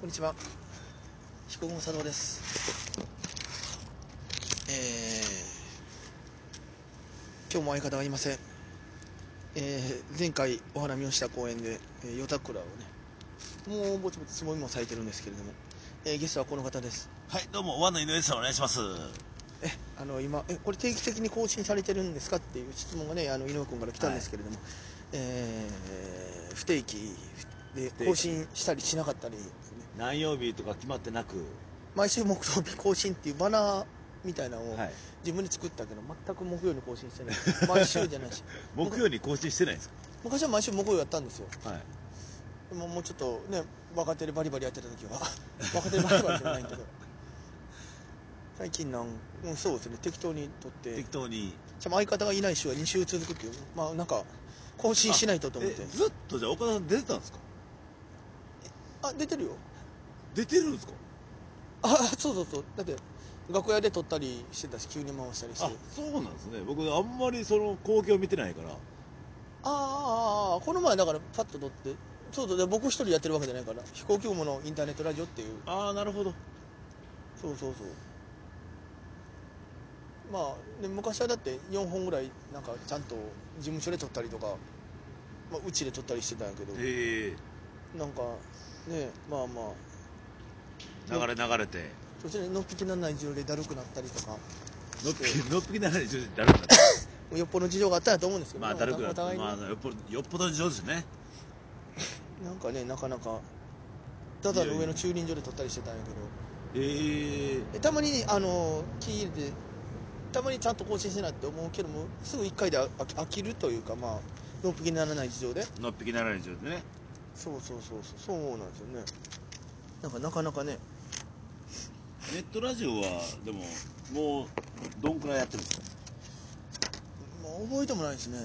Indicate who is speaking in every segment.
Speaker 1: こんにちは。彦雲佐藤です。えー今日も相方がいません。えー前回お花見をした公園で、えー夜桜をね、もうぼちぼちつぼみも咲いてるんですけれども、えーゲストはこの方です。
Speaker 2: はい、どうも、ワンの井上さんお願いします。
Speaker 1: えあの今えこれ定期的に更新されてるんですかっていう質問がねあの井上君から来たんですけれども、えー不定期で
Speaker 2: 定期
Speaker 1: 更新したりしなかったり、ね
Speaker 2: 何曜日とか決まってなく、
Speaker 1: 毎週木曜日更新っていうバナーみたいなのを
Speaker 2: はい
Speaker 1: 自分で作ったけど、全く木曜に更新してない毎週じゃ ないし
Speaker 2: 木曜に更新してないんです
Speaker 1: 昔は毎週木曜やったんですよ
Speaker 2: かはい。
Speaker 1: でももうちょっとね若手でバリバリやってた時は 若手でバリバリじゃないんだけど最近なん、うん、そうですね適当に撮って
Speaker 2: 適当に。
Speaker 1: しかも相方がいない週は2週続くっていうまあなんか更新しないとと思って
Speaker 2: えずっとじゃあ岡田さん出てたんですか
Speaker 1: あ出てるよ
Speaker 2: 出てるんですか
Speaker 1: あそうそうそうだって楽屋で撮ったりしてたし急に回したりして
Speaker 2: あ、そうなんですね。僕、あんまりその光景を見てないから。
Speaker 1: あーあーあーこの前だからパッと撮ってそうそうで僕一人やってるわけじゃないから飛行機雲のインターネットラジオっていう
Speaker 2: ああ、なるほど。
Speaker 1: そうそうそうまあ、ね、昔はだって4本ぐらいなんかちゃんと事務所で撮ったりとか、まあ、うちで撮ったりしてたんやけど
Speaker 2: え
Speaker 1: なんかねまあまあ
Speaker 2: え流れ流れて。
Speaker 1: そしてねのっぴきならない事情でだるくなったりとか
Speaker 2: のっぴき、のっぴきならにちょっとだるくなった。
Speaker 1: もうよっぽど事情があったんやと思うんですけど、
Speaker 2: まあ、だるくなっ
Speaker 1: お
Speaker 2: た。
Speaker 1: 互いに、
Speaker 2: まあ、よっぽど、よっぽどの上手ですね。
Speaker 1: なんかねなかなかただの上の駐輪場で撮ったりしてたんやけど
Speaker 2: ええ
Speaker 1: でたまにあの気入れてたまにちゃんと更新してないって思うけどもすぐ1回で飽き飽きるというかまあのっぴきにならない事情で
Speaker 2: のっぴきならにちょっとね。
Speaker 1: そうそうそうそうそうなんですよねなんかなかなかね
Speaker 2: ネットラジオは、でも、もう、どんくらいやってるんですか
Speaker 1: まあ覚えてもないですね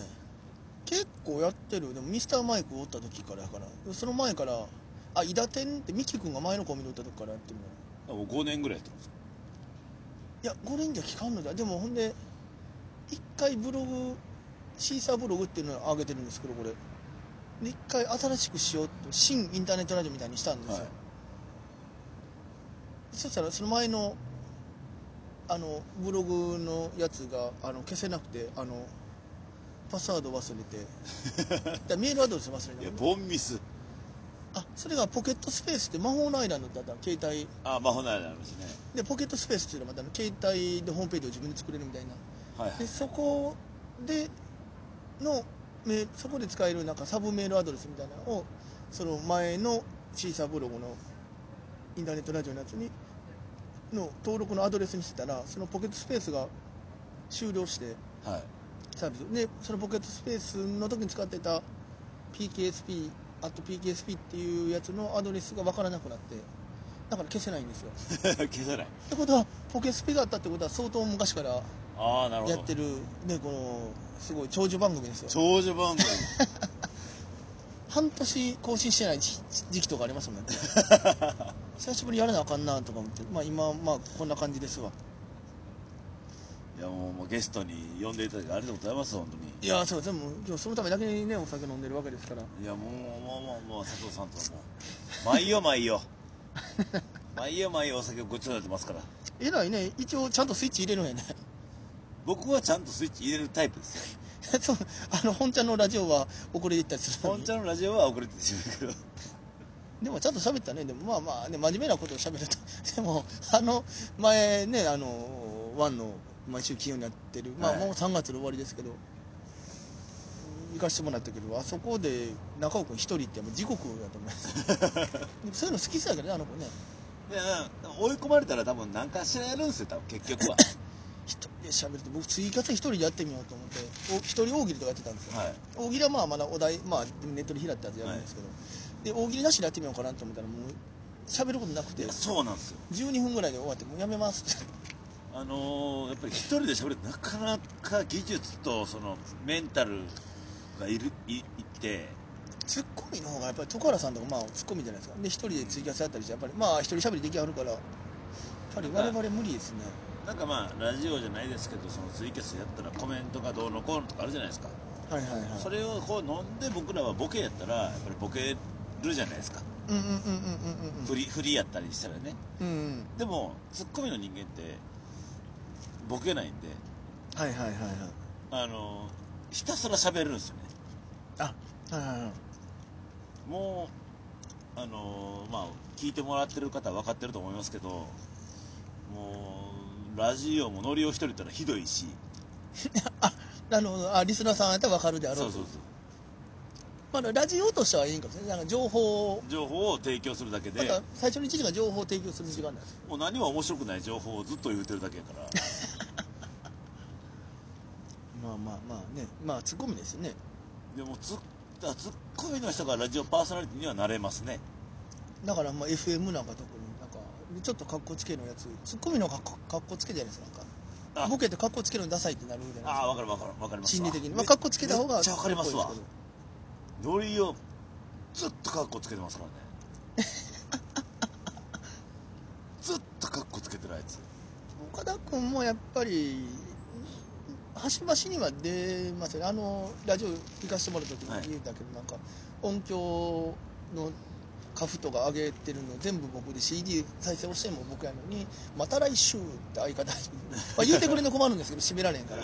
Speaker 1: 結構やってるでもミスターマイクおった時からやからその前からあ伊達天ってミキ君が前のコンビニおった時からやってるの
Speaker 2: あもう5年ぐらいやってます。
Speaker 1: いや5年じゃ期間のだでもほんで1回ブログシーサーブログっていうのを上げてるんですけどこれで1回新しくしようって新インターネットラジオみたいにしたんですよ、
Speaker 2: はい
Speaker 1: そしたらその前のあのブログのやつがあの消せなくてあのパスワード忘れて だからメールアドレス忘
Speaker 2: い
Speaker 1: れ
Speaker 2: や、
Speaker 1: て
Speaker 2: ボンミス。
Speaker 1: あそれがポケットスペースって魔法のアイランドだった携帯
Speaker 2: あ、魔法のアイランドですね。
Speaker 1: でポケットスペースっていうのはまたあの携帯でホームページを自分で作れるみたいな
Speaker 2: はい
Speaker 1: でそこでのメーそこで使えるなんかサブメールアドレスみたいなのをその前のシーサーブログのインターネットラジオのやつにの登録のアドレスにしてたらそのポケットスペースが終了して
Speaker 2: はい。
Speaker 1: サービスでそのポケットスペースの時に使ってた PKSP あと PKSP っていうやつのアドレスが分からなくなってだから消せないんですよっ
Speaker 2: 消せない。
Speaker 1: てことはポケスピがあったってことは相当昔から
Speaker 2: ああ、なるほど。
Speaker 1: やってる、ね、このすごい長寿番組ですよ
Speaker 2: 長寿番組。
Speaker 1: 半年更新してない時時期とかありますもん ね久しぶりやらなあかんなとか思って、まあ、今、まあ、こんな感じですわ
Speaker 2: いや、もう、もうゲストに呼んでいただきありがとうございます、本当に。
Speaker 1: いやそうでも今日そのためだけにねお酒飲んでるわけですから
Speaker 2: いや、もう、もう、もう、もう、佐藤さんとはもう、毎夜毎夜。毎夜毎夜お酒をごちそうになってますから。
Speaker 1: えらいね一応ちゃんとスイッチ入れるんやね
Speaker 2: 僕はちゃんとスイッチ入れるタイプですよ。
Speaker 1: そうあの本ちゃんのラジオは遅れていったりするの
Speaker 2: 本
Speaker 1: に
Speaker 2: ちゃんのラジオは遅れてしまうけど。
Speaker 1: でもちゃんと喋ったねでもまあまあね真面目なことを喋ると でもあの前ねあのワンの毎週金曜にやってる、まあ
Speaker 2: はい
Speaker 1: もう3月の終わりですけど行かしてもらったけどあそこで中尾君一人ってもう地獄だと思いますで もそういうの好きそうやけどねあの子ね
Speaker 2: いや、追い込まれたら多分何かしらやるんですよ、多分、結局は。
Speaker 1: 一人で喋るって僕追加で一人でやってみようと思ってお一人大喜利とかやってたんですよ、
Speaker 2: はい。
Speaker 1: 大喜利はまあまだお題、まあ、ネットで拾ったやつやるんですけど、で大喜利なしでやってみようかなと思ったらもう喋ることなくて
Speaker 2: いや、そうなんですよ。
Speaker 1: 12分ぐらいで終わってもうやめます って
Speaker 2: あのーやっぱり一人で喋るってなかなか技術とそのメンタルがいるいいって
Speaker 1: ツッコミの方がやっぱり徳原さんとかまあツッコミじゃないですかで一人でツイキャスやったりしてやっぱりまあ一人しゃべりできはるからやっぱり我々無理ですね
Speaker 2: なんかまあラジオじゃないですけどそのツイキャスやったらコメントがどうのこうのとかあるじゃないですか
Speaker 1: はいはいはい
Speaker 2: それをこう飲んで僕らはボケやったらやっぱりボケるじゃないですか、
Speaker 1: うんうんうんうん
Speaker 2: フリフリやったりしたらね
Speaker 1: うんうんうんうん
Speaker 2: でもツッコミの人間ってボケないんで
Speaker 1: はいはいはいはい
Speaker 2: あのひたすら喋るんですよね
Speaker 1: あはいはいはい
Speaker 2: もうあのまあ聞いてもらってる方は分かってると思いますけどもうラジオもノリを一人ったらひどいし
Speaker 1: なるほどあリスナーさんやったら分かるであろう
Speaker 2: そう
Speaker 1: と
Speaker 2: そう
Speaker 1: まあ、ラジオとしてはいいんかもしれないなんか情報を
Speaker 2: そう情報を提供するだけ
Speaker 1: なん
Speaker 2: で
Speaker 1: か最初の1時間情報を提供する時間なんです
Speaker 2: もう何も面白くない情報をずっと言うてるだけやから
Speaker 1: まあまあまあねまあツッコミですよね
Speaker 2: でもツッだからツッコミの人がラジオパーソナリティにはなれますね
Speaker 1: だからまあ FM なんか特になんかちょっとかっこつけのやつツッコミのがかかっこつけじゃないですかなんか
Speaker 2: あ
Speaker 1: ボケてかっこつけるのダサいってなるじゃない
Speaker 2: ああ分かる分かる分か
Speaker 1: で
Speaker 2: ります
Speaker 1: す
Speaker 2: わ
Speaker 1: か心理的にまあかっこつけた方が
Speaker 2: めっちゃ分かりますわ
Speaker 1: かっこいいです
Speaker 2: ノリをずっとカッコつけてますからね ずっとカッコつけてるあいつ
Speaker 1: けど岡田君もやっぱり端々には出ますよねあのラジオ行かせてもらった時
Speaker 2: はい
Speaker 1: に言うたけど、なんか音響のカフとか上げてるの全部僕で CD 再生をしても僕やのに「また来週」って相方にまあ言うてくれんの困るんですけど締められへんから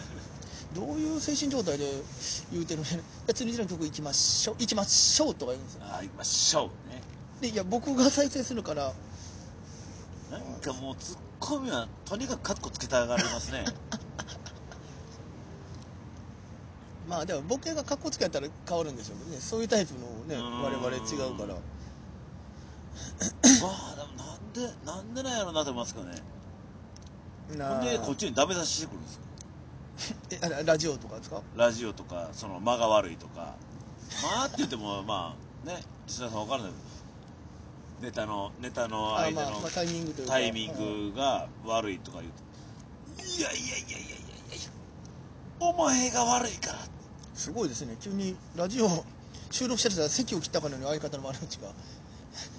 Speaker 1: どういう精神状態で言うてるのや 次の曲行きましょう行きましょうとか言うんですよ
Speaker 2: ああ行きましょうね
Speaker 1: でいや僕が再生するから
Speaker 2: なんかもうツッコミはとにかくカッコつけたがりますね
Speaker 1: まあでもボケがかっこつけやったら変わるんでしょうけどねそういうタイプのね
Speaker 2: うーん
Speaker 1: 我々違うから
Speaker 2: まあでもなんでなんでなんやろなと思いますけどねほ
Speaker 1: なん
Speaker 2: でこっちにダメ出ししてくるんですよ
Speaker 1: えあラジオとかですか
Speaker 2: ラジオとかその間が悪いとかまあって言ってもまあね石田さん分からないネタのネタの
Speaker 1: あ
Speaker 2: 間
Speaker 1: まあ、
Speaker 2: の
Speaker 1: まあタイミングというか
Speaker 2: タイミ
Speaker 1: うん
Speaker 2: ングが悪いとか言うといやいやいやいやいやいやいやお前が悪いから
Speaker 1: すごいですね急にラジオ収録してる人は席を切ったかのように相方の悪口が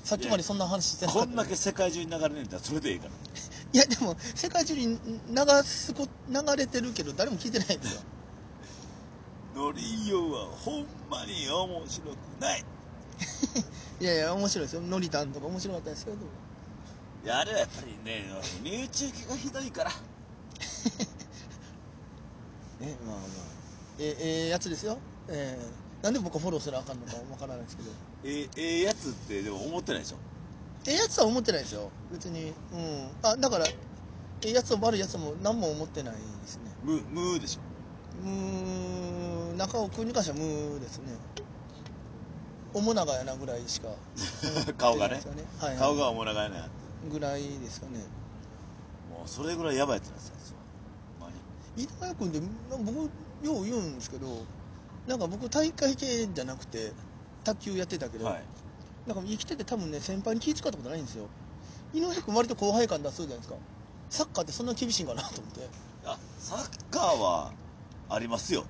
Speaker 1: さっきまでそんな話 してなかっ
Speaker 2: こ
Speaker 1: たの
Speaker 2: んだ
Speaker 1: に
Speaker 2: け世界中に流れねえんだそれでいいから
Speaker 1: いやでも世界中に流すこ流れてるけど誰も聞いてないんですよ
Speaker 2: ノリオはほんまに面白くない
Speaker 1: いやいや面白いですよノリタンとか面白かったですけど
Speaker 2: いやあれはやっぱりね身内受けがひどいから
Speaker 1: ねまあまあえええやつですよええなんで僕フォローすらあかんのかわからないですけど
Speaker 2: ええええやつってでも思ってないでしょ
Speaker 1: ええやつは思ってないですよ別にうんあだからええやつも悪いやつも何も思ってないですね
Speaker 2: ムムーでしょ
Speaker 1: うーん中尾君に関しては無ですね面長やなぐらいしか
Speaker 2: 顔がね
Speaker 1: 思ってないですよはいはい
Speaker 2: 顔がおもらがいないなって
Speaker 1: ぐらいですかね
Speaker 2: もうそれぐらいヤバいやつなんですよほんまに
Speaker 1: 飯田谷君って僕よう言うんですけどなんか僕大会系じゃなくて卓球やってたけど、
Speaker 2: はい
Speaker 1: なんか生きてて多分ね先輩に気遣ったことないんですよ井上君割と後輩感出すじゃないですかサッカーってそんな厳しいんかなと思って
Speaker 2: あサッカーはありますよ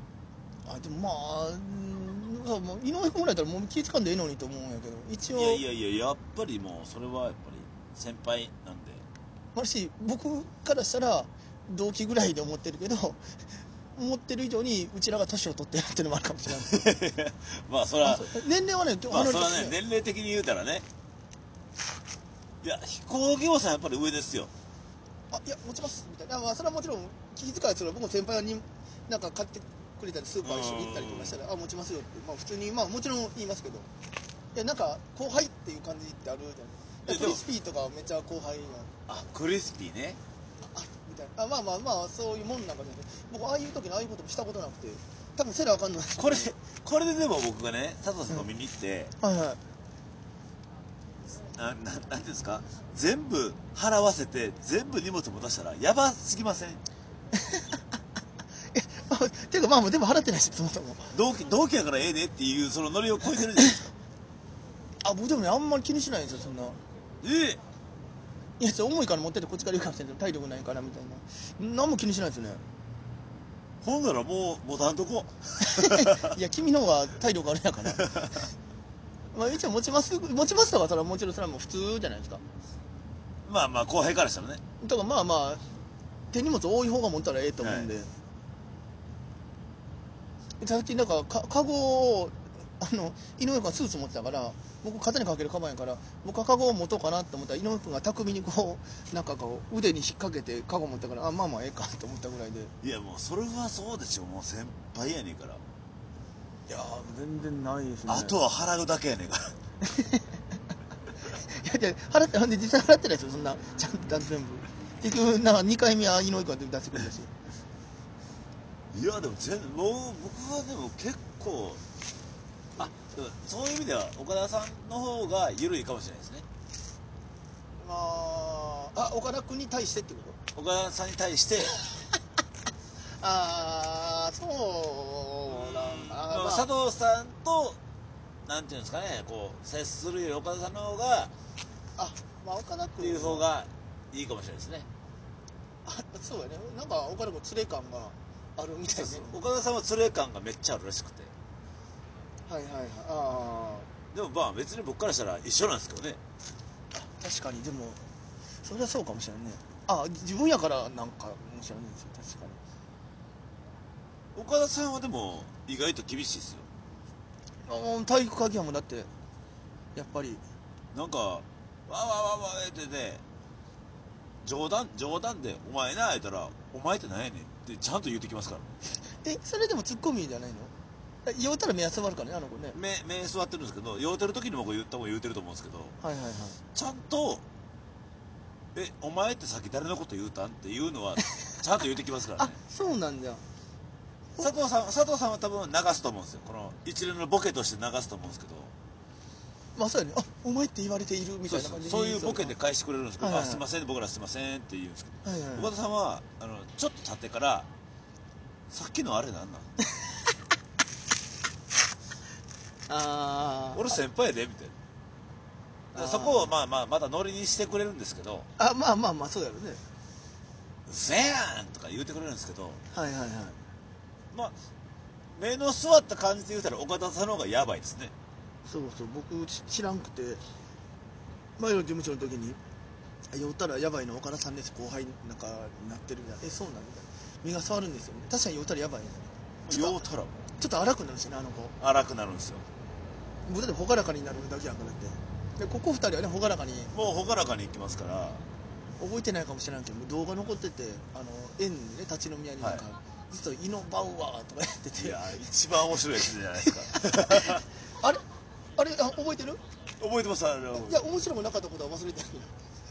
Speaker 1: あでもまあうんなんかもう井上君ぐらいだったらもう気遣んでええのにと思うんやけど一応
Speaker 2: いやいやいややっぱりもうそれはやっぱり先輩なん で
Speaker 1: もし僕からしたら同期ぐらいで思ってるけど 思ってる以上にうちらが年を取ってるっていうのもあるかもしれないです
Speaker 2: まあそれは
Speaker 1: 年齢はね
Speaker 2: まあ
Speaker 1: 離れ
Speaker 2: そ
Speaker 1: てま
Speaker 2: れは
Speaker 1: す
Speaker 2: ね年齢的に言うたらねいや飛行機王さんやっぱり上ですよ
Speaker 1: あいや持ちますみたいな、まあ、それはもちろん気遣いする僕も先輩になんか買ってくれたりスーパー一緒に行ったりとかしたら「あ持ちますよ」って、まあ、普通にまあもちろん言いますけどいやなんか後輩っていう感じってあるじゃない
Speaker 2: え
Speaker 1: いや
Speaker 2: で
Speaker 1: ク
Speaker 2: も
Speaker 1: リスピーとかはめっちゃ後輩なんで
Speaker 2: あクリスピーね
Speaker 1: あみたいなあまあまあまあそういうもんなんかじゃなくて僕ああいう時のああいうこともしたことなくて多分せなあかんのです
Speaker 2: これこれででも僕がね佐藤さんと見に行って、
Speaker 1: はいはい
Speaker 2: あななんていうんですか全部払わせて全部荷物持たしたらやばすぎません
Speaker 1: えあていうかまあでも払ってないしそもそも
Speaker 2: 同期同期やからええでっていうそのノリを超えてるじゃないですか
Speaker 1: あ僕でもねあんまり気にしないんですよそんな
Speaker 2: ええ
Speaker 1: いやそれ重いから持ってってこっちから言うかもしれないけど体力ないからみたいな何も気にしないですよね
Speaker 2: ほんならもう持たんとこ
Speaker 1: いや君の方が体力あるやから まあ一応持ちます持ちますとかそれはもちろんそれはもう普通じゃないですか
Speaker 2: まあまあ後輩からしたらね
Speaker 1: だからまあまあ手荷物多い方が持ったらええと思うんで、さっきなんかかカゴをあの井上君はスーツ持ってたから僕肩にかけるカバンやから僕はカゴを持とうかなと思ったら井上君が巧みにこうなんかこう腕に引っ掛けてカゴ持ったからあまあまあええかと思ったぐらいでい
Speaker 2: いやもうそれはそうでしょもう先輩やねんから
Speaker 1: やー全然ないですね
Speaker 2: あとは払うだけやねんか
Speaker 1: い
Speaker 2: ら
Speaker 1: やいや払ってほんで実際払ってないですよそんなちゃんと全部結局なんか2回目は井上君が出してくるんですよ
Speaker 2: いやでも全もう僕はでも結構あでもそういう意味では岡田さんの方が緩いかもしれないですね
Speaker 1: まああ岡田君に対してってこと
Speaker 2: 岡田さんに対して
Speaker 1: ああそうなんだ、
Speaker 2: まあ、佐藤さんとなんていうんですかねこう接するより岡田さんの方が
Speaker 1: あまあ岡田
Speaker 2: って
Speaker 1: 君
Speaker 2: いう方がいいかもしれないですね
Speaker 1: あそうやねなんか岡田君連れ感があるみたいね
Speaker 2: 岡田さんは連れ感がめっちゃあるらしくて
Speaker 1: はいはいはいあ
Speaker 2: でもまあ別に僕からしたら一緒なんですけどね
Speaker 1: ーあ確かにでもそれはそうかもしれないねあ自分やからなんかもしれないですよ確かに
Speaker 2: 岡田さんはでも意外と厳しいですよ
Speaker 1: あー体育会系はもうだってやっぱり
Speaker 2: なんかわわわわってね冗談冗談で「お前な」言ったら「お前って何やねん」ってちゃんと言ってきますから
Speaker 1: えそれでもツッコミじゃないのえ酔ったら目安まるからねあの子ね
Speaker 2: 目目座ってるんですけど酔うてる時に僕言ったも言うてると思うんですけど
Speaker 1: はいはいはい
Speaker 2: ちゃんと「えお前ってさっき誰のこと言うたん?」ってい うのはちゃんと言ってきますから
Speaker 1: あ
Speaker 2: ね
Speaker 1: そうなんだ
Speaker 2: 佐藤さん佐藤さんは多分流すと思うんですよこの一連のボケとして流すと思うんですけど
Speaker 1: まあそうやねあお前って言われているみた
Speaker 2: そう
Speaker 1: いな感じで
Speaker 2: そういうボケで
Speaker 1: は
Speaker 2: 返してくれるんですけど「
Speaker 1: はいはい
Speaker 2: あすいません僕らすいません」って言うんですけど
Speaker 1: いはい
Speaker 2: 岡
Speaker 1: は
Speaker 2: 田さんはあのちょっと経ってから「さっきのあれなん なん
Speaker 1: いあー
Speaker 2: 俺先輩やで」みたい
Speaker 1: あ
Speaker 2: な
Speaker 1: ー
Speaker 2: そこをまあまあまたノリにしてくれるんですけど
Speaker 1: あまあまあまあそうやろね
Speaker 2: 「うせやん!」とか言うてくれるんですけど
Speaker 1: はいはいはい
Speaker 2: まあ目の座った感じで言うたら岡田さんの方がやばいですね
Speaker 1: そうそう僕知知らんくて前の事務所の時に「酔ったらやばいの岡田さんです後輩なんかになってる」みたいな「えそうなんだ」身が触るんですよね確かに酔ったらやばいねちょ
Speaker 2: 酔
Speaker 1: っ
Speaker 2: うたらもう
Speaker 1: とちょっと荒くなるしねあの子
Speaker 2: 荒くなるんですよ
Speaker 1: 僕だって朗らかになるだけやんかだってでここ2人はね朗らかに
Speaker 2: もう朗らかにいきますから
Speaker 1: 覚えてないかもしれないけどもう動画残っててあの園にね立ち飲み屋になんか、
Speaker 2: は
Speaker 1: ずっと「イノバウアー」とかやって
Speaker 2: い
Speaker 1: て
Speaker 2: や一番面白いやつじゃないで すか
Speaker 1: あれあれあ覚えてる
Speaker 2: 覚えてますあれはい
Speaker 1: や面白くなかったことは忘れてない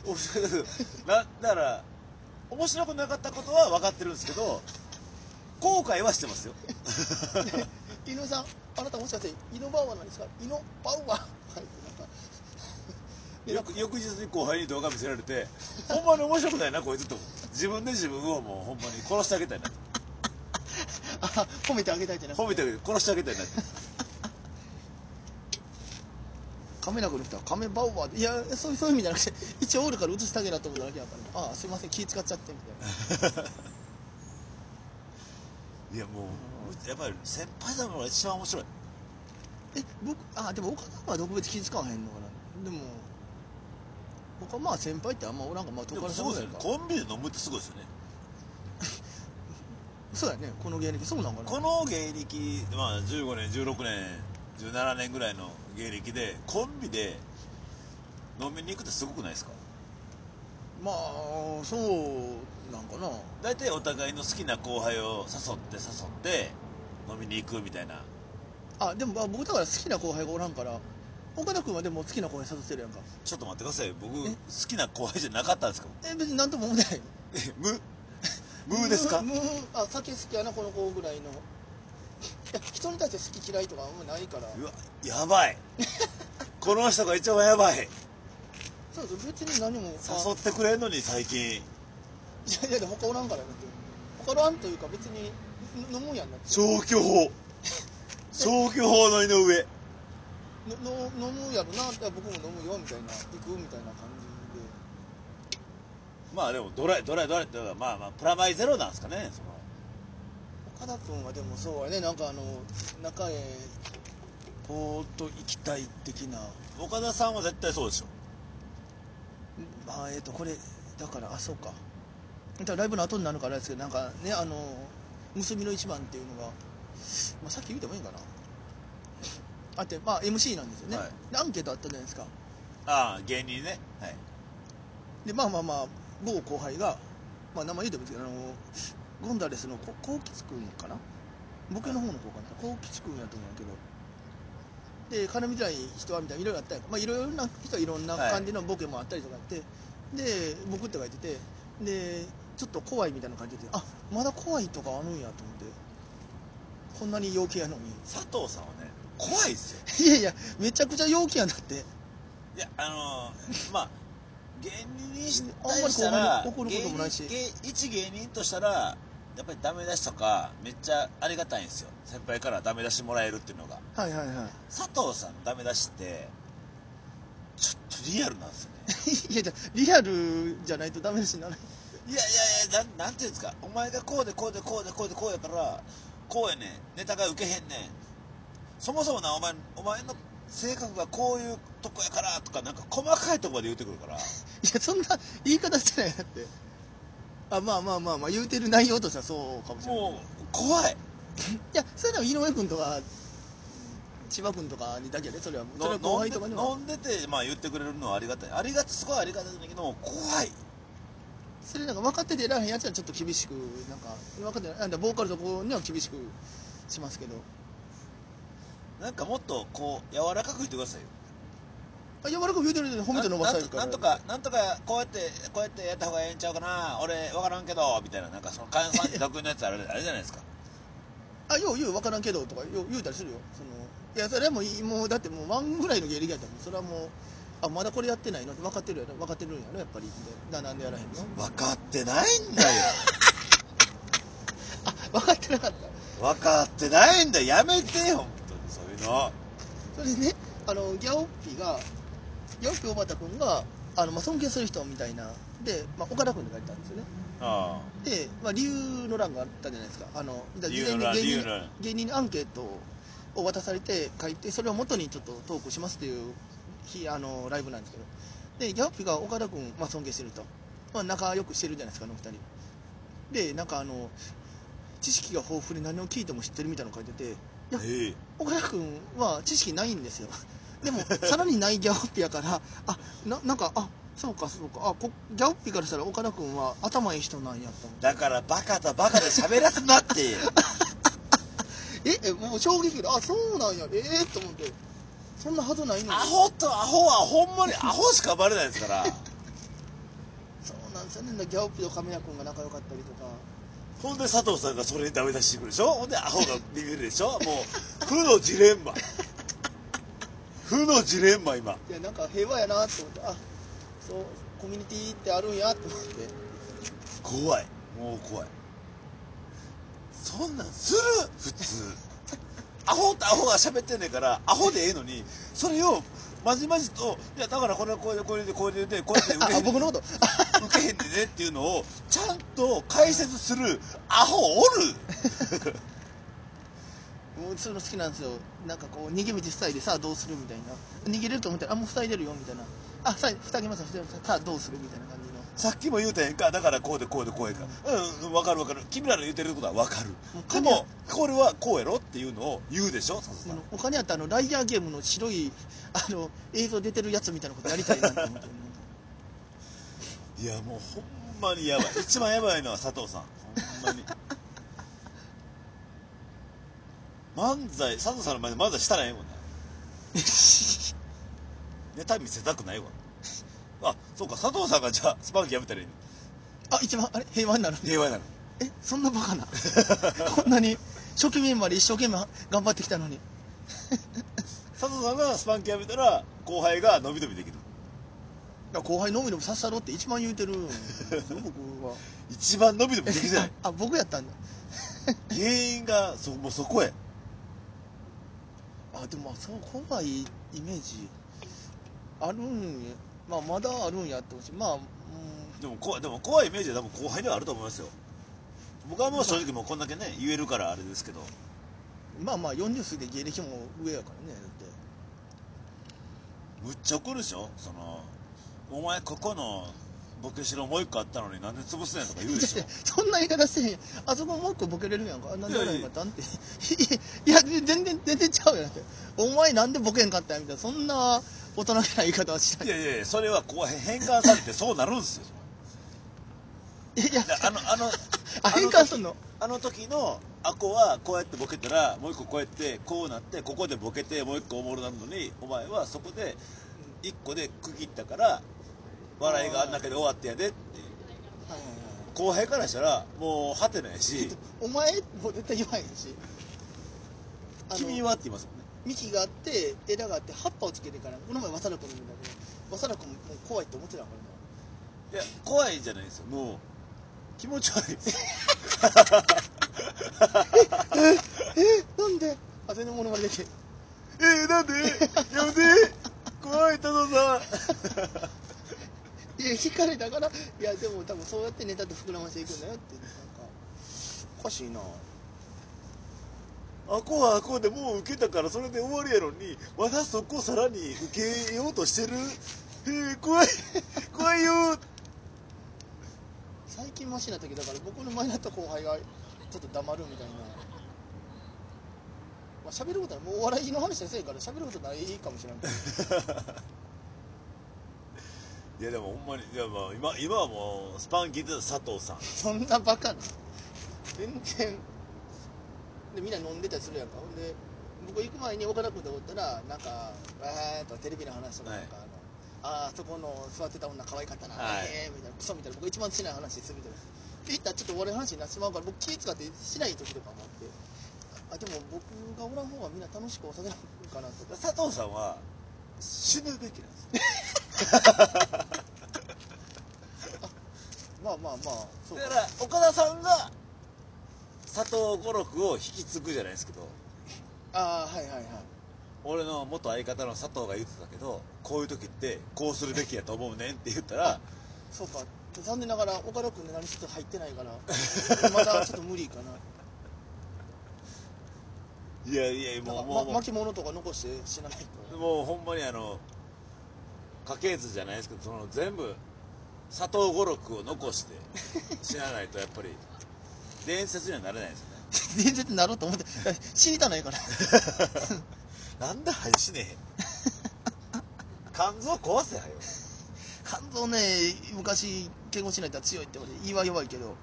Speaker 2: 面白い なだから面白くなかったことは分かってるんですけど後悔はしてますよ
Speaker 1: 井上さん、あなたもしかして、イノバウアーなんですかイノバウアーはいなんかで
Speaker 2: よく翌日に後輩に動画見せられてほんまに面白くないなこいつと思う自分で自分をもうほんまに殺してあげたいなと
Speaker 1: あ褒めてあげたいじゃな
Speaker 2: 褒めてあげる殺してあげたいなって
Speaker 1: 亀中の人は亀バウアーで、いや、そうそういう意味じゃなくて、一応オールから映してあげなと思っただけやから、ああ、すいません、気使っちゃってみたいな。
Speaker 2: いやもうやっぱり先輩だものが一番面白い
Speaker 1: え、僕、ああ、でも岡田は特別気使わへんのかな。でも、僕はまあ先輩ってあんまおらんから、まあ、
Speaker 2: で
Speaker 1: 徳
Speaker 2: も
Speaker 1: 原
Speaker 2: す
Speaker 1: さん
Speaker 2: ごい
Speaker 1: ぐ
Speaker 2: で
Speaker 1: らい
Speaker 2: すよね
Speaker 1: か。
Speaker 2: コンビで飲むってすごいですよね
Speaker 1: そうやね、この芸歴、そうなんかな。
Speaker 2: この芸歴、まあ、15年16年17年ぐらいの芸歴でコンビで飲みに行くってすごくないですか
Speaker 1: まあ、そうなんかな。
Speaker 2: 大体お互いの好きな後輩を誘って誘って飲みに行くみたいな
Speaker 1: あ、でもまあ僕だから好きな後輩がおらんから、岡田君はでも好きな後輩誘ってるやんか。
Speaker 2: ちょっと待ってください僕好
Speaker 1: え
Speaker 2: きな後輩じゃなかったんですか
Speaker 1: え別に何とも思ってないよ
Speaker 2: え 無無ですか
Speaker 1: ムームーあ酒好きやなこの子ぐらいのいや人に対して好き嫌いとかあんまないから
Speaker 2: うわやば いこの人が一番やばい誘
Speaker 1: そうそう別に何もあ
Speaker 2: ってくれんのに最近
Speaker 1: いやいや他おらんからだって他おらんというか別に飲むやんなって
Speaker 2: 消 去法消去法の井上
Speaker 1: のの飲むやろないや僕も飲むよみたいな行くみたいな感じで
Speaker 2: まあでもドライドライドライだからまあまあプラマイゼロなんですかねその
Speaker 1: 岡田君はでもそうやねなんかあの中へこうと行きたい的な
Speaker 2: 岡田さんは絶対そうでしょ
Speaker 1: まあえっ、とこれだからあそうかだからライブの後になるからあれですけどなんかねあの結びの一番っていうのが、まあ、さっき言うてもいいんかなあって、まあ、MC なんですよね、
Speaker 2: はい
Speaker 1: でアンケートあったじゃないですか
Speaker 2: ああ芸人ねはい
Speaker 1: でまあまあまあ某後輩が、まあ、名前言うてもいいんですけどあのゴンザレスのこ幸吉君かな僕の方の子かな幸吉君やと思うんやけどで絡みたい人はみたいないろいろあったやんかまあいろいろな人はいろんな感じのボケもあったりとかあって、で僕って書いててでちょっと怖いみたいな感じであまだ怖いとかあるんやと思ってこんなに陽気やのに
Speaker 2: 佐藤さんはね怖いです よ
Speaker 1: いやいやめちゃくちゃ陽気やなって
Speaker 2: いやあのー、まあ芸人に
Speaker 1: あ
Speaker 2: し
Speaker 1: んま
Speaker 2: た
Speaker 1: り
Speaker 2: りしたら
Speaker 1: こう怒ることもないし
Speaker 2: 芸人芸一芸人としたらやっぱりダメ出しとかめっちゃありがたいんですよ先輩からダメ出しもらえるっていうのが
Speaker 1: はいはいはい
Speaker 2: 佐藤さんのダメ出しってちょっとリアルなんですよね
Speaker 1: いやじゃあリアルじゃないとダメだしならない
Speaker 2: いやいやいやなんなんていうんですかお前がこうでこうでこうでこうでこうやからこうやねんネタがウケへんねんそもそもなお前お前の性格がこういうとこやからとかなんか細かいとこまで言うてくるから
Speaker 1: いや、そんな言い方してないなって。あ、まあまあまあまあ、言うてる内容としてはそうかもしれない。
Speaker 2: もう怖い
Speaker 1: いや、そういうのは井上君とか、千葉君とかにだけやで、それは。それは後
Speaker 2: の
Speaker 1: 輩
Speaker 2: 飲
Speaker 1: とか
Speaker 2: ん
Speaker 1: に
Speaker 2: で
Speaker 1: は。
Speaker 2: 飲んでて、まあ、言ってくれるのはありがたいありがたすごいありがたいんだけど怖い
Speaker 1: それなんか分かっててらへんやつはちょっと厳しく、なんか、分かってない。なんだ、ボーカルとこには厳しくしますけど。
Speaker 2: なんかもっとこう柔らかく言ってくださいよ
Speaker 1: あ、柔らかく言うてるのに褒めて伸ばされるから。
Speaker 2: なんとなんとかなんとかこうやってこうやってやった方がええんちゃうかな俺分からんけどみたいななんかその関西学院のやつあれあれじゃないですか
Speaker 1: あ、よう言う、分からんけどとか、よう言うたりするよ。その、いや、それはもういい、もう、だってもう、ワンぐらいの芸歴やったら、それはもう、あ、まだこれやってないの分かってるやろ、分かってるんやろ、やっぱり。みたいな、なんでやらへんの
Speaker 2: 分かってないんだよ
Speaker 1: あ、分かってなかった。
Speaker 2: 分かってないんだよやめてよ本当にそういうの
Speaker 1: それでねあのギャオッピがギャオッピ小畑君があの、まあ、尊敬する人みたいなで、まあ、岡田君に書いてたんですよね
Speaker 2: あ
Speaker 1: で、まあ、理由の欄があったじゃないですかあのだから
Speaker 2: 理由の欄
Speaker 1: 芸
Speaker 2: 理
Speaker 1: 人
Speaker 2: 由の欄
Speaker 1: 芸人にアンケートを渡されて書いてそれを元にちょっとトークしますという日あのライブなんですけどでギャオッピが岡田君、まあ、尊敬してると、まあ、仲良くしてるじゃないですかあの二人でなんかあの知識が豊富で何を聞いても知ってるみたいなの書いてて
Speaker 2: あええ
Speaker 1: 岡田君は知識ないんですよ でもさらにないギャオッピやからあななんかあそうかそうかあこギャオッピからしたら岡田君は頭いい人なんやと思って
Speaker 2: だからバカだバカで喋らすなって
Speaker 1: ええもう衝撃であそうなんやええと思ってそんなはずないのに
Speaker 2: アホとアホはほんまにアホしかバレないですから
Speaker 1: そうなんですよねギャオッピと亀谷君が仲良かったりとか
Speaker 2: ほんで佐藤さんがそれにダメ出してくるでしょほんでアホがビビるでしょもう負のジレンマ負のジレンマ今
Speaker 1: いやなんか平和やなと思ってあそうコミュニティってあるんやと思って
Speaker 2: 怖いもう怖いそんなんする 普通アホとアホが喋ってんねんからアホでええのにそれをまじまじと「いやだからこれはこれでこれでこれででこうやって受け
Speaker 1: あ
Speaker 2: へ
Speaker 1: あ
Speaker 2: んねん
Speaker 1: 僕のこと
Speaker 2: 受けへんねんね」っていうのをちゃんと解説するアホお る
Speaker 1: もうそういうの好きなんですよなんかこう逃げ道塞いでさあどうするみたいな逃げれると思ったらあもう塞いでるよみたいなあ塞い塞ぎました塞ぎましたさあどうするみたいな感じのも
Speaker 2: さっきも言うたやんかだからこうでこうでこうやからうんうんわかるわかる君らの言ってることはわかる
Speaker 1: もう
Speaker 2: で
Speaker 1: 神谷
Speaker 2: もこれはこうやろっていうのを言うでしょ佐藤さ
Speaker 1: うんあの他にあったあのライアーゲームの白い あの映像出てるやつみたいなことやりたいなと思って
Speaker 2: いやもうほんまにやばい一番やばいのは佐藤さんほんまに漫才佐藤さんの前で漫才したらええも んなネタ見せたくないわあそうか佐藤さんがじゃあスパンキーやめたらいいの
Speaker 1: あ一番あれ平和になる
Speaker 2: 平和なの
Speaker 1: えそんなバカな こんなに初期メンバーで一生懸命頑張ってきたのに
Speaker 2: 佐藤さんがスパンキーやめたら後輩が伸び伸びできる
Speaker 1: いや後輩のみのみさっさろって一番言うてるんですよ僕は
Speaker 2: 一番伸び伸びできるじゃ ない
Speaker 1: あ僕やったんだ
Speaker 2: 原因がそもうそこへ
Speaker 1: あでもまあそう怖いイメージあるんや、まあ、まだあるんやってほしいまあ、うん、
Speaker 2: でも怖いでも怖いイメージは多分後輩ではあると思いますよ僕はもう正直もうこんだけね言えるからあれですけど
Speaker 1: まあまあ40過ぎで芸歴も上やからねだって
Speaker 2: むっちゃ怒るでしょそのお前ここのボケしろもう一個あったのになんで潰せないとか言うでし
Speaker 1: じ
Speaker 2: ょ
Speaker 1: ゃあそんな言い方せえへんやんあそこもう一個ボケれるやんかあなんでやらへんかったんっていや全然全然ちゃうやんってお前なんでボケんかったんやみたいなそんな大人げない言い方はしない
Speaker 2: いやいやいやそれはこう変換されてそうなるんですよ
Speaker 1: いや
Speaker 2: だあのあの
Speaker 1: あ変換すんの
Speaker 2: あの時のアコはこうやってボケたらもう一個こうやってこうなってここでボケてもう一個おもろなるのにお前はそこで一個で区切ったから笑いがあんだけで終わってやでっていう
Speaker 1: はいはいはい
Speaker 2: 後輩からしたらもう果てないし
Speaker 1: お前もう絶対言わへんしあの
Speaker 2: 君はって言いますよね
Speaker 1: 幹があって枝があって葉っぱをつけてからこの前わさらくにいるんだけどわさらくももう怖いって思ってたからない
Speaker 2: や怖いじゃないですよもう気持ち悪いです
Speaker 1: えなんであ全然物まねできて
Speaker 2: えー、なんでやめて怖い太郎さん
Speaker 1: いや聞かれたからいやでも多分そうやってネタって膨らませていくんだよってなんかおかしいな
Speaker 2: アコはアコでもう受けたからそれで終わりやのにまだそこさらに受けようとしてるえー、怖い怖いよ
Speaker 1: 最近マシになったけどだから僕の前になった後輩がちょっと黙るみたいなまあ喋ることはもうお笑いの話じゃせえから喋ることないかもしれんけど
Speaker 2: いやでもほんまにいやまあ今今はもうスパン聞いてた佐藤さん
Speaker 1: そんなバカな全然でみんな飲んでたりするやんかほんで僕行く前に岡田君とおったらなんかえーっとテレビの話とかなんか、あのあーそこの座ってた女可愛かったな、
Speaker 2: はい
Speaker 1: ええみたいなクソみたいな僕一番しない話するみたいな行ったらちょっと俺の話になってしまうから僕気使ってしない時とかもあってあでも僕がおらん方がみんな楽しくお酒飲むかなとか
Speaker 2: 佐藤さんは死ぬべきなんですよ
Speaker 1: まあまあまあそう
Speaker 2: だから岡田さんが佐藤五六を引き継ぐじゃないですけど
Speaker 1: ああはいはいはい
Speaker 2: 俺の元相方の佐藤が言ってたけどこういう時ってこうするべきやと思うねんって言ったら
Speaker 1: そうか残念ながら岡田君で何一つ入ってないからまだちょっと無理かない
Speaker 2: やいや
Speaker 1: な
Speaker 2: も
Speaker 1: ん
Speaker 2: う
Speaker 1: か
Speaker 2: も
Speaker 1: ま
Speaker 2: うも
Speaker 1: 巻物とか残して死なないと
Speaker 2: うもうほんまにあの家系図じゃないですけどその全部佐藤五六を残 して死なないとやっぱり伝説にはなれないですよね
Speaker 1: 全然なろうと思って死にたない から
Speaker 2: なんで早死ねへん 肝臓壊せはよ
Speaker 1: 肝臓ね昔健康しないと強いって言われて胃は弱いけど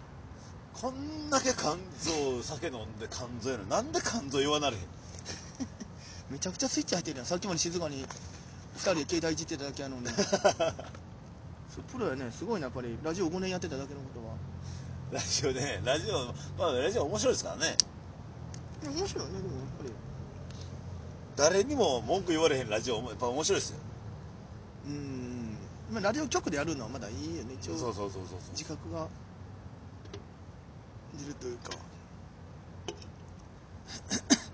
Speaker 2: こんだけ肝臓酒飲んで肝臓やのになんで肝臓弱なれへん
Speaker 1: めちゃくちゃスイッチ入ってるやんさっきまで静かに2人で携帯いじってただけやの にそうプロやねすごいなやっぱりラジオ5年やってただけのことは
Speaker 2: ラジオねラジオまあラジオ面白いですからね
Speaker 1: いや面白いねでもやっぱり
Speaker 2: 誰にも文句言われへんラジオやっぱ面白いですよ
Speaker 1: うーんまあラジオ局でやるのはまだいいよね一
Speaker 2: そうそう
Speaker 1: 応
Speaker 2: そうそう
Speaker 1: 自覚が出るというか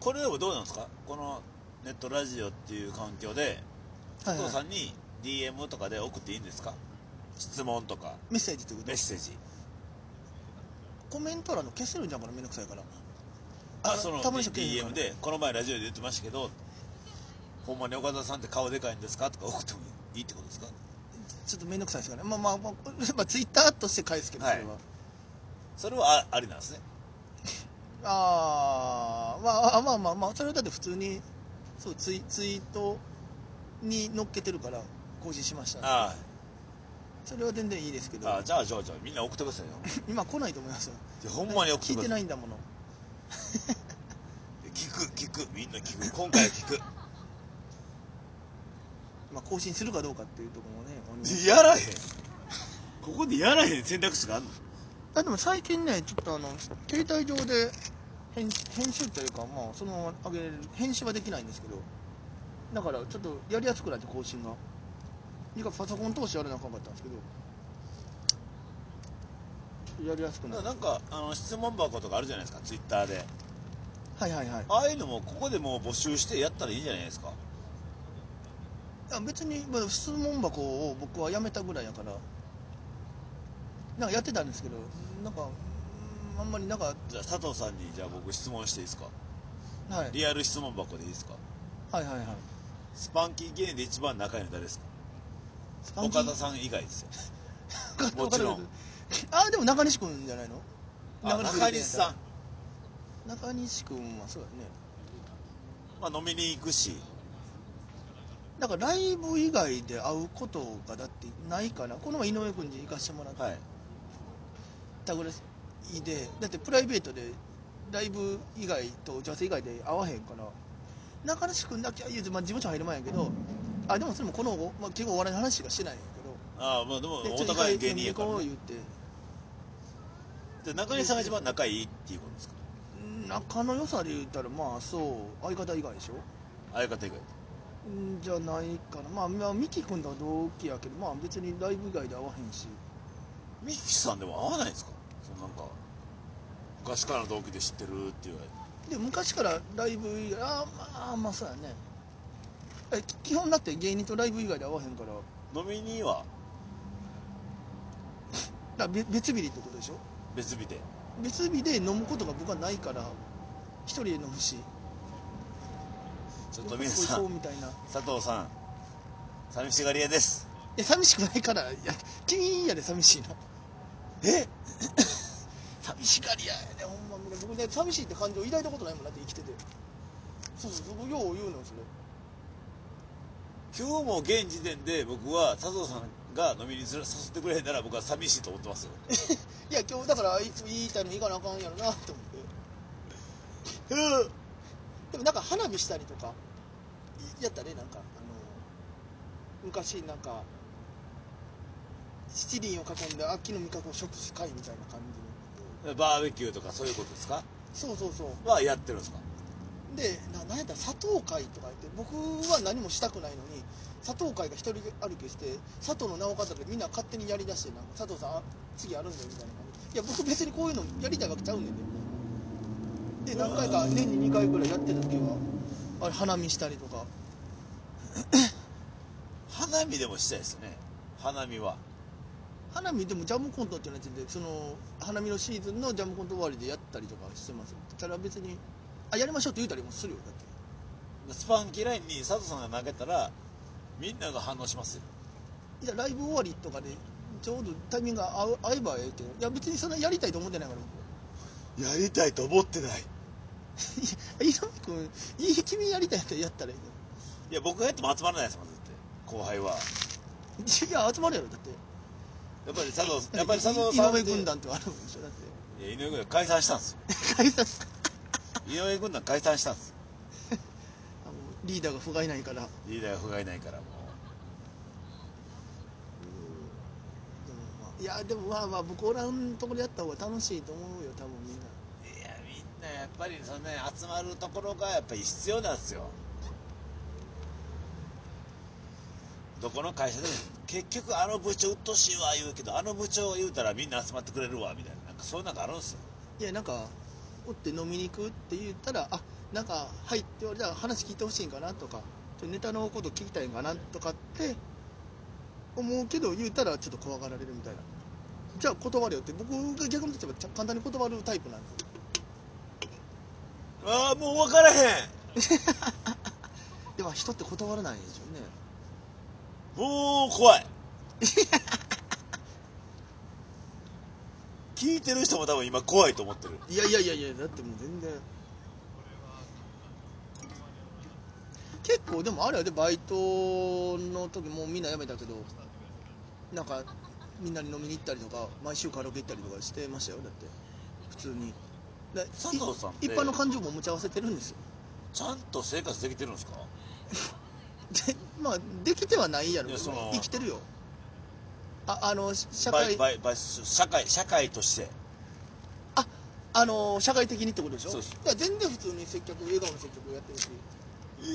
Speaker 2: これでもどうなんですかこのネットラジオっていう環境で
Speaker 1: は
Speaker 2: お
Speaker 1: い、は
Speaker 2: 父さ
Speaker 1: い、
Speaker 2: んに DM とかで送っていいんですか質問とか
Speaker 1: メッセージということ
Speaker 2: メッセージ
Speaker 1: コメント欄の消せるんじゃんからめんどくさいから
Speaker 2: あその
Speaker 1: たまにしか来えへんから
Speaker 2: DM でこの前ラジオで言ってましたけどほんまに岡田さんって顔でかいんですかとか送ってもいいってことですか
Speaker 1: ちょっとめんどくさいですからねまあまあ、まあ、 まあツイッターとして返すけどそ
Speaker 2: はい
Speaker 1: れは、
Speaker 2: それはあありなんですね
Speaker 1: あー、まああまあまあまあそれはだって普通にそうツイツイートに載っけてるから更新しました
Speaker 2: あ
Speaker 1: それは全然いいですけど
Speaker 2: ああじゃあじゃあじゃあみんな送ってくださいよ
Speaker 1: 今来ないと思いますよ
Speaker 2: いやほんまに送って
Speaker 1: 聞いて
Speaker 2: くださ
Speaker 1: ないいんだもの
Speaker 2: 聞く聞くみんな聞く今回は聞く
Speaker 1: まあ更新するかどうかっていうところもねあの
Speaker 2: やらへんここでやらへん選択肢があるの
Speaker 1: あでも最近ねちょっとあの携帯上で編編集というかまあそのまま上げれる編集はできないんですけどだからちょっとやりやすくなって更新がいいかパソコン通してやらなあかんかったんですけどやりやすくな
Speaker 2: な
Speaker 1: る
Speaker 2: なんかあの質問箱とかあるじゃないですかツイッターで
Speaker 1: はいはいはい
Speaker 2: ああいうのもここでもう募集してやったらいいんじゃないですか
Speaker 1: いや別にまあ質問箱を僕はやめたぐらいやからなんかやってたんですけどなんかうんあんまりなんか、
Speaker 2: じゃあ佐藤さんにじゃあ僕質問していいですか
Speaker 1: はい、
Speaker 2: リアル質問箱でいいですか
Speaker 1: はいはいはい
Speaker 2: スパンキー芸人で一番仲いいの誰ですか
Speaker 1: スパンキ
Speaker 2: 岡
Speaker 1: ー
Speaker 2: 田さん以外ですよもちろん
Speaker 1: あでも中西君じゃないの
Speaker 2: あ中西さ
Speaker 1: ん中西君はそうだね
Speaker 2: まあ、飲みに行くし
Speaker 1: だからライブ以外で会うことがだってないかなこの前井上君に行かしてもらっ
Speaker 2: はい
Speaker 1: たぐらいで、だってプライベートでライブ以外と打ち合わせ以外で会わへんから中西君だけは言うて、まあ、事務所入る前やけどあでもそれもこの、まあ、結構お笑いの話しかしてないんや
Speaker 2: ああまあでも
Speaker 1: けど
Speaker 2: お互い芸人
Speaker 1: に
Speaker 2: やから、
Speaker 1: 行こう
Speaker 2: ね、
Speaker 1: 言って
Speaker 2: で中西さんが一番仲いいっていうことですか
Speaker 1: うん仲の良さで言ったらまあそう相方以外でしょ
Speaker 2: 相方以外
Speaker 1: んじゃないかなまあ、まあ、ミキ君とは同期やけどまあ別にライブ以外で会わへんし
Speaker 2: ミキさんでも合わないんですかそのなんか昔からの同期で知ってるっていう
Speaker 1: で昔からライブ以外あーまあまあそうやねえき基本だって芸人とライブ以外で会わへんからだか
Speaker 2: 飲みには
Speaker 1: らべ別日でってことでしょ
Speaker 2: 別日で
Speaker 1: 別日で飲むことが僕はないから一人で飲むし
Speaker 2: ちょっ
Speaker 1: ど
Speaker 2: と
Speaker 1: こ
Speaker 2: 皆
Speaker 1: 行
Speaker 2: さ
Speaker 1: こうんみたいない
Speaker 2: 佐藤さん寂しがり屋です
Speaker 1: や寂しくないからいや君やで寂しいな
Speaker 2: え
Speaker 1: 寂しがりやでほんま僕ね寂しいって感情抱いたことないもんだって生きててそうそう僕よう言うのよそれ
Speaker 2: 今日も現時点で僕は佐藤さんが飲みにずら誘ってくれへんなら僕は寂しいと思ってますよ
Speaker 1: いや今日だからあいついいタイム行かなあかんやろなと思って うんでもなんか花火したりとかいやったねなんかあの昔なんか七輪を囲んで秋の味覚を食す会みたいな感じの
Speaker 2: バーベキューとかそういうことですか
Speaker 1: そうそうそう
Speaker 2: はやってるんですか
Speaker 1: でななんやったら砂糖会とか言って僕は何もしたくないのに砂糖会が一人歩きして佐藤の名をかたでみんな勝手にやりだしてなんか佐藤さんあ次あるんだよみたいな感じいや僕別にこういうのやりたいわけちゃうねんでで何回か年に2回ぐらいやってた時はあれ花見したりとか
Speaker 2: 花見でもしたいですよね花見は
Speaker 1: 花見でもジャムコントっていうのやつでその花見のシーズンのジャムコント終わりでやったりとかしてますただ別にあやりましょうって言うたりもするよだって
Speaker 2: スパンキーラインに佐藤さんが投げたらみんなが反応しますよ
Speaker 1: じゃあライブ終わりとかでちょうどタイミングが合う合えばええけどいや別にそんなやりたいと思ってないから
Speaker 2: やりたいと思ってない
Speaker 1: 僕いや井上君いい君やりたいやったらやったらいい
Speaker 2: いや僕がやっても集まらないですもん絶対後輩は
Speaker 1: のいや集まるやろだって
Speaker 2: やっぱり佐 藤やっぱり佐藤
Speaker 1: 井
Speaker 2: さん
Speaker 1: 上
Speaker 2: って
Speaker 1: 軍団ってあるもんでしょだって
Speaker 2: いや井上軍団解散したんですよ
Speaker 1: 解散す
Speaker 2: 井上軍団解散したんですよ
Speaker 1: あのリーダーが不甲斐ないからでも
Speaker 2: リーダーが不甲斐ないからも
Speaker 1: まあいやでもまあまあ僕おらんところでやった方が楽しいと思うよ多分みんな
Speaker 2: ういやみんなやっぱりそのね集まるところがやっぱり必要なんですよどこの会社でも結局あの部長鬱陶しいわ言うけどあの部長言うたらみんな集まってくれるわみたいななんかそういうのがあるんですよ
Speaker 1: いやなんかおって飲みに行くって言ったらあなんか「はい」って言われたら話聞いてほしいんかなとかちょっとネタのこと聞きたいんかなとかって思うけど言うたらちょっと怖がられるみたいなじゃあ断るよって僕が逆の立場で簡単に断るタイプなんですよ
Speaker 2: ああもう分からへん
Speaker 1: でも人って断らないでしょうね
Speaker 2: もう怖い聞いてる人も多分今怖いと思ってる
Speaker 1: いやいやいやいやだってもう全然結構でもあれやでバイトの時もうみんな辞めたけどなんかみんなに飲みに行ったりとか毎週カラオケ行ったりとかしてましたよだって普通にだ
Speaker 2: 佐藤さんって
Speaker 1: い一般の感情も持ち合わせてるんですよ
Speaker 2: ちゃんと生活できてるんですか
Speaker 1: でまあできてはないやろ
Speaker 2: いやその
Speaker 1: 生きてるよああのし社
Speaker 2: バイ
Speaker 1: 会
Speaker 2: バイバイ社会社会として
Speaker 1: あの社会的にってことでしょ
Speaker 2: そうです
Speaker 1: いや全然普通に接客笑顔の接客やってるし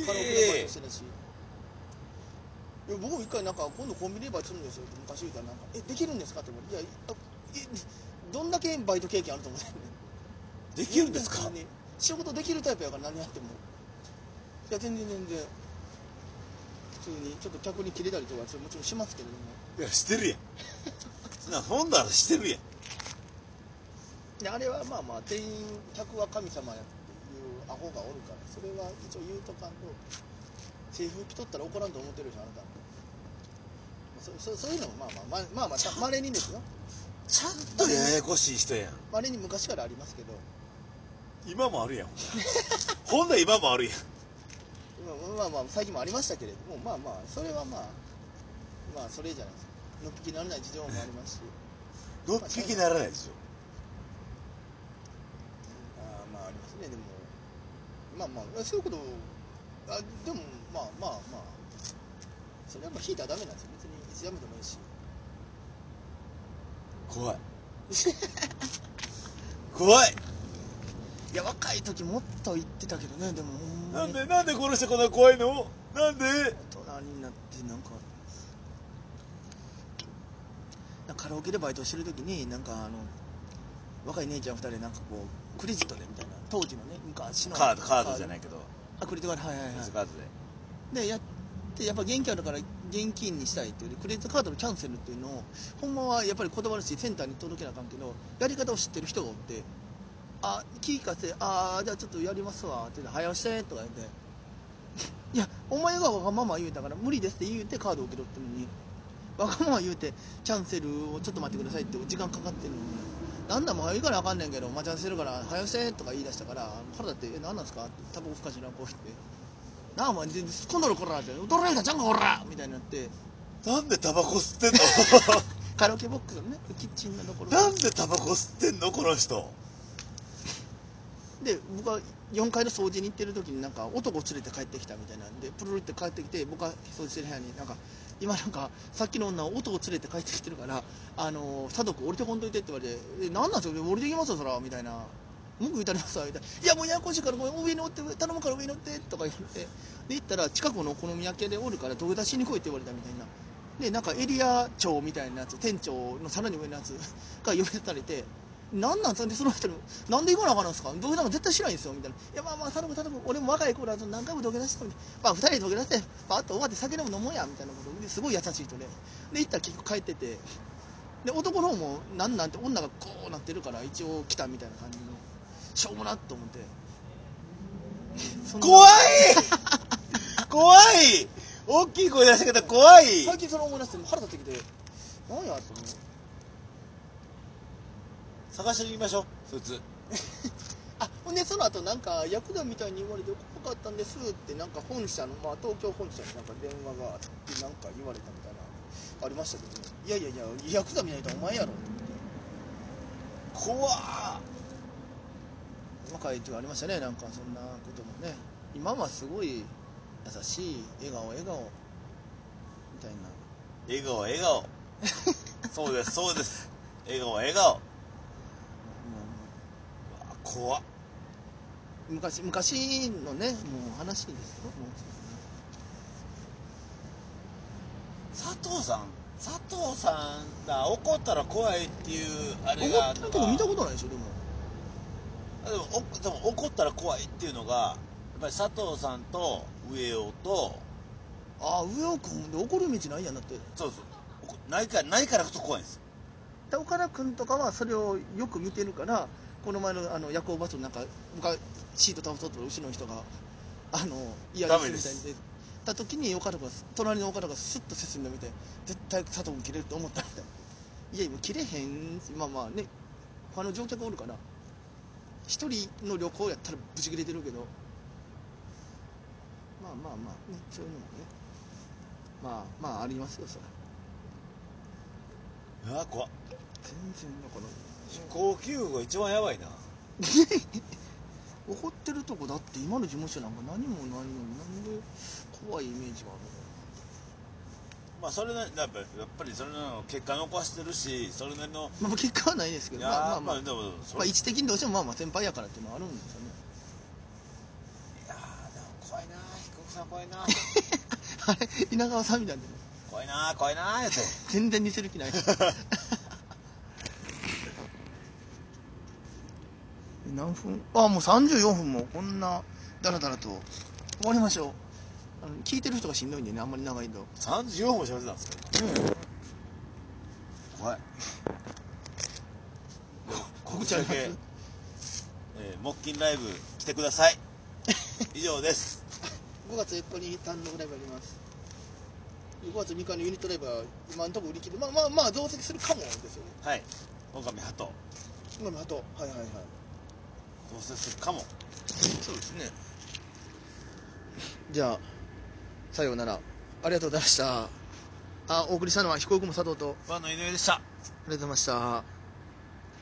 Speaker 1: カラオケでバイ
Speaker 2: え
Speaker 1: トしてたし、いや僕も一回なんか今度コンビニでバイトするんですよって昔言うたらなんか「えできるんですか?」って言われて「いやあえどんだけバイト経験あると思ってんね
Speaker 2: えできるんですか
Speaker 1: 普通に仕事できるタイプやから何やってもいや全然全然普通にちょっと客に切れたりとかそれもちろんしますけれども
Speaker 2: いやしてるやんそんなほんならしてるやん
Speaker 1: であれはまあまあ店員客は神様やっていうアホがおるからそれは一応言うとかんと制服着とったら怒らんと思ってるでしょあなたそうそうそういうのもまあまあまあまあまあたまれにですよ
Speaker 2: ちゃんとややこしい人やん
Speaker 1: まれに昔からありますけど
Speaker 2: 今もあ るやんほんならほんなら今もあるやん
Speaker 1: まあまあまあ最近もありましたけれどもまあまあそれはまあまあそれじゃないですかのっぴきならない事情もありますし
Speaker 2: どっちきならないでしょ
Speaker 1: あーまあありますねでもまあまあそういうことあでもまあまあまあそれはまあ引いたらダメなんですよ別にいつやめてもいいし
Speaker 2: 怖い怖い
Speaker 1: いや若い時もっと言ってたけどねでもほんま
Speaker 2: なん
Speaker 1: に
Speaker 2: でなんでこの人こんな怖いのなんで
Speaker 1: 大人になってなんかなんかカラオケでバイトしてる時になんかあの若い姉ちゃん2人でなんかこうクレジットでみたいな当時のね昔の
Speaker 2: カードカードじゃないいけど
Speaker 1: あクレジットカードはいはいはい
Speaker 2: カードで
Speaker 1: でやってやっぱ現金あるから現金にしたいっていうクレジットカードのキャンセルっていうのをほんまはやっぱりこだわるしセンターに届けなあかんけどやり方を知ってる人がおってあ聞かせてああじゃあちょっとやりますわって言って早押してとか言って いやお前がわがまま言うたから無理ですって言うてカードを受け取ってるのにわがまま言うてキャンセルをちょっと待ってくださいって時間かかってるのになんだもう早いからあかんねんけど待ち合わせしてるから早押してとか言い出したから体ってえ何なんすかってタバコふかしなこう言ってなあお前全然突っ込んどるこらって驚いたちゃんかこらみたいになって
Speaker 2: なんでタバコ吸ってん の
Speaker 1: カラオケボックスのねキッチンのところ
Speaker 2: なんでタバコ吸ってんのこの人
Speaker 1: で僕は4階の掃除に行ってる時になんか男を連れて帰ってきたみたいなんでプルルって帰ってきて僕が掃除してる部屋になんか今なんかさっきの女は男を連れて帰ってきてるから「あのー、佐藤君降りてこんといて」って言われて「えなんなんすか降りてきますよそら」みたいな「文句言うたりますわ」みたいな「いやもうややこしいからごめん上に乗って頼むから上に乗って」とか言ってで行ったら近くのお好み焼き屋でおるから土下座しに来いって言われたみたいなでなんかエリア長みたいなやつ店長のさらに上のやつ が呼び出されてなんなんそれでその人に「なんで行かなあかんのですか土下座も絶対しないんですよ」みたいな「いやまあまあ頼む頼む俺も若い頃は何回も土下座したのにまあ2人で土下座してパッと終わって酒でも飲もうや」みたいなことですごい優しい人でで行ったら結局帰っててで男の方も「なんなん?」て女がこうなってるから一応来たみたいな感じのしょうもなと思ってそんな
Speaker 2: 怖い怖い大きい声出し方怖い
Speaker 1: 最近それ思い出してもう腹立ってきて何やって思う
Speaker 2: 探してみましょうそいつ
Speaker 1: あほんでその後なんか役だみたいに言われて怖かったんですってなんか本社の、まあ、東京本社になんか電話があってなんか言われたみたいなありましたけど、ね、いやいやいや役だみたいなお前やろ
Speaker 2: 怖
Speaker 1: 若い時はありましたねなんかそんなこともね今はすごい優しい笑顔笑顔みたいな
Speaker 2: 笑顔笑顔そうですそうです笑顔笑顔うわ怖っ
Speaker 1: 昔昔のねもう話ですよも
Speaker 2: 佐藤さん佐藤さんだ怒ったら怖いっていうあ
Speaker 1: う
Speaker 2: れ
Speaker 1: 怒
Speaker 2: が
Speaker 1: ってるとこ見たことないでしょでも
Speaker 2: あでもおでも怒ったら怖いっていうのがやっぱり佐藤さんと上尾と
Speaker 1: ああ上尾君で怒る道ないやんだって
Speaker 2: そうそう怒ないからないからこそ怖いんですよ
Speaker 1: で岡田君とかはそれをよく見てるからこの前のあの夜行バスのなんか僕がシート倒そうとった後ろの人があの嫌
Speaker 2: ダメで
Speaker 1: みたいに
Speaker 2: す
Speaker 1: 言った時に岡田君が隣の岡田がスッと進んでみて絶対佐藤君切れると思ったみたいないや今切れへんまあまあね他の乗客おるから一人の旅行やったらブチ切れてるけどまあまあまあねそういうのもねまあまあありますよそれ
Speaker 2: あ怖っ
Speaker 1: 全然だから
Speaker 2: 飛行機雲が一番やばいな
Speaker 1: 怒ってるとこだって今の事務所なんか何もないのになんで怖いイメージがあ
Speaker 2: まあそれなりやっぱやっぱりそれなりの結果残してるしそれなりの
Speaker 1: るの、まあ、結果はないですけ
Speaker 2: い
Speaker 1: ど
Speaker 2: や
Speaker 1: まあま
Speaker 2: ー
Speaker 1: あ
Speaker 2: ま
Speaker 1: まあ
Speaker 2: あ、でもそ
Speaker 1: まあ、
Speaker 2: れ
Speaker 1: 位置的にどうしてもまあまあ先輩やからっていうのはあるんですよね
Speaker 2: いやーでも怖いなー飛行機さん怖いなー
Speaker 1: あれ稲川さんみたいな
Speaker 2: 怖いなー怖いなーって
Speaker 1: 全然似せる気ない 何分あもう34分もこんなダラダラと終わりましょうあの聞いてる人がしんどいんでねあんまり長いと
Speaker 2: 34分も喋ってたんですか今怖いでも告知だけ、えー、木金ライブ来てくださ い以上です
Speaker 1: 5月4日に単独ライブあります5月3日のユニットライブは今のところ売り切れまあまあまあ増席するかもですよね
Speaker 2: はい狼鳩
Speaker 1: 今のあとはいはいはい
Speaker 2: どうせするかも
Speaker 1: そうですねじゃあさようならありがとうございましたあお送りしたのは飛行雲佐藤とあ
Speaker 2: ファンの井上でし
Speaker 1: り
Speaker 2: た
Speaker 1: がとうございました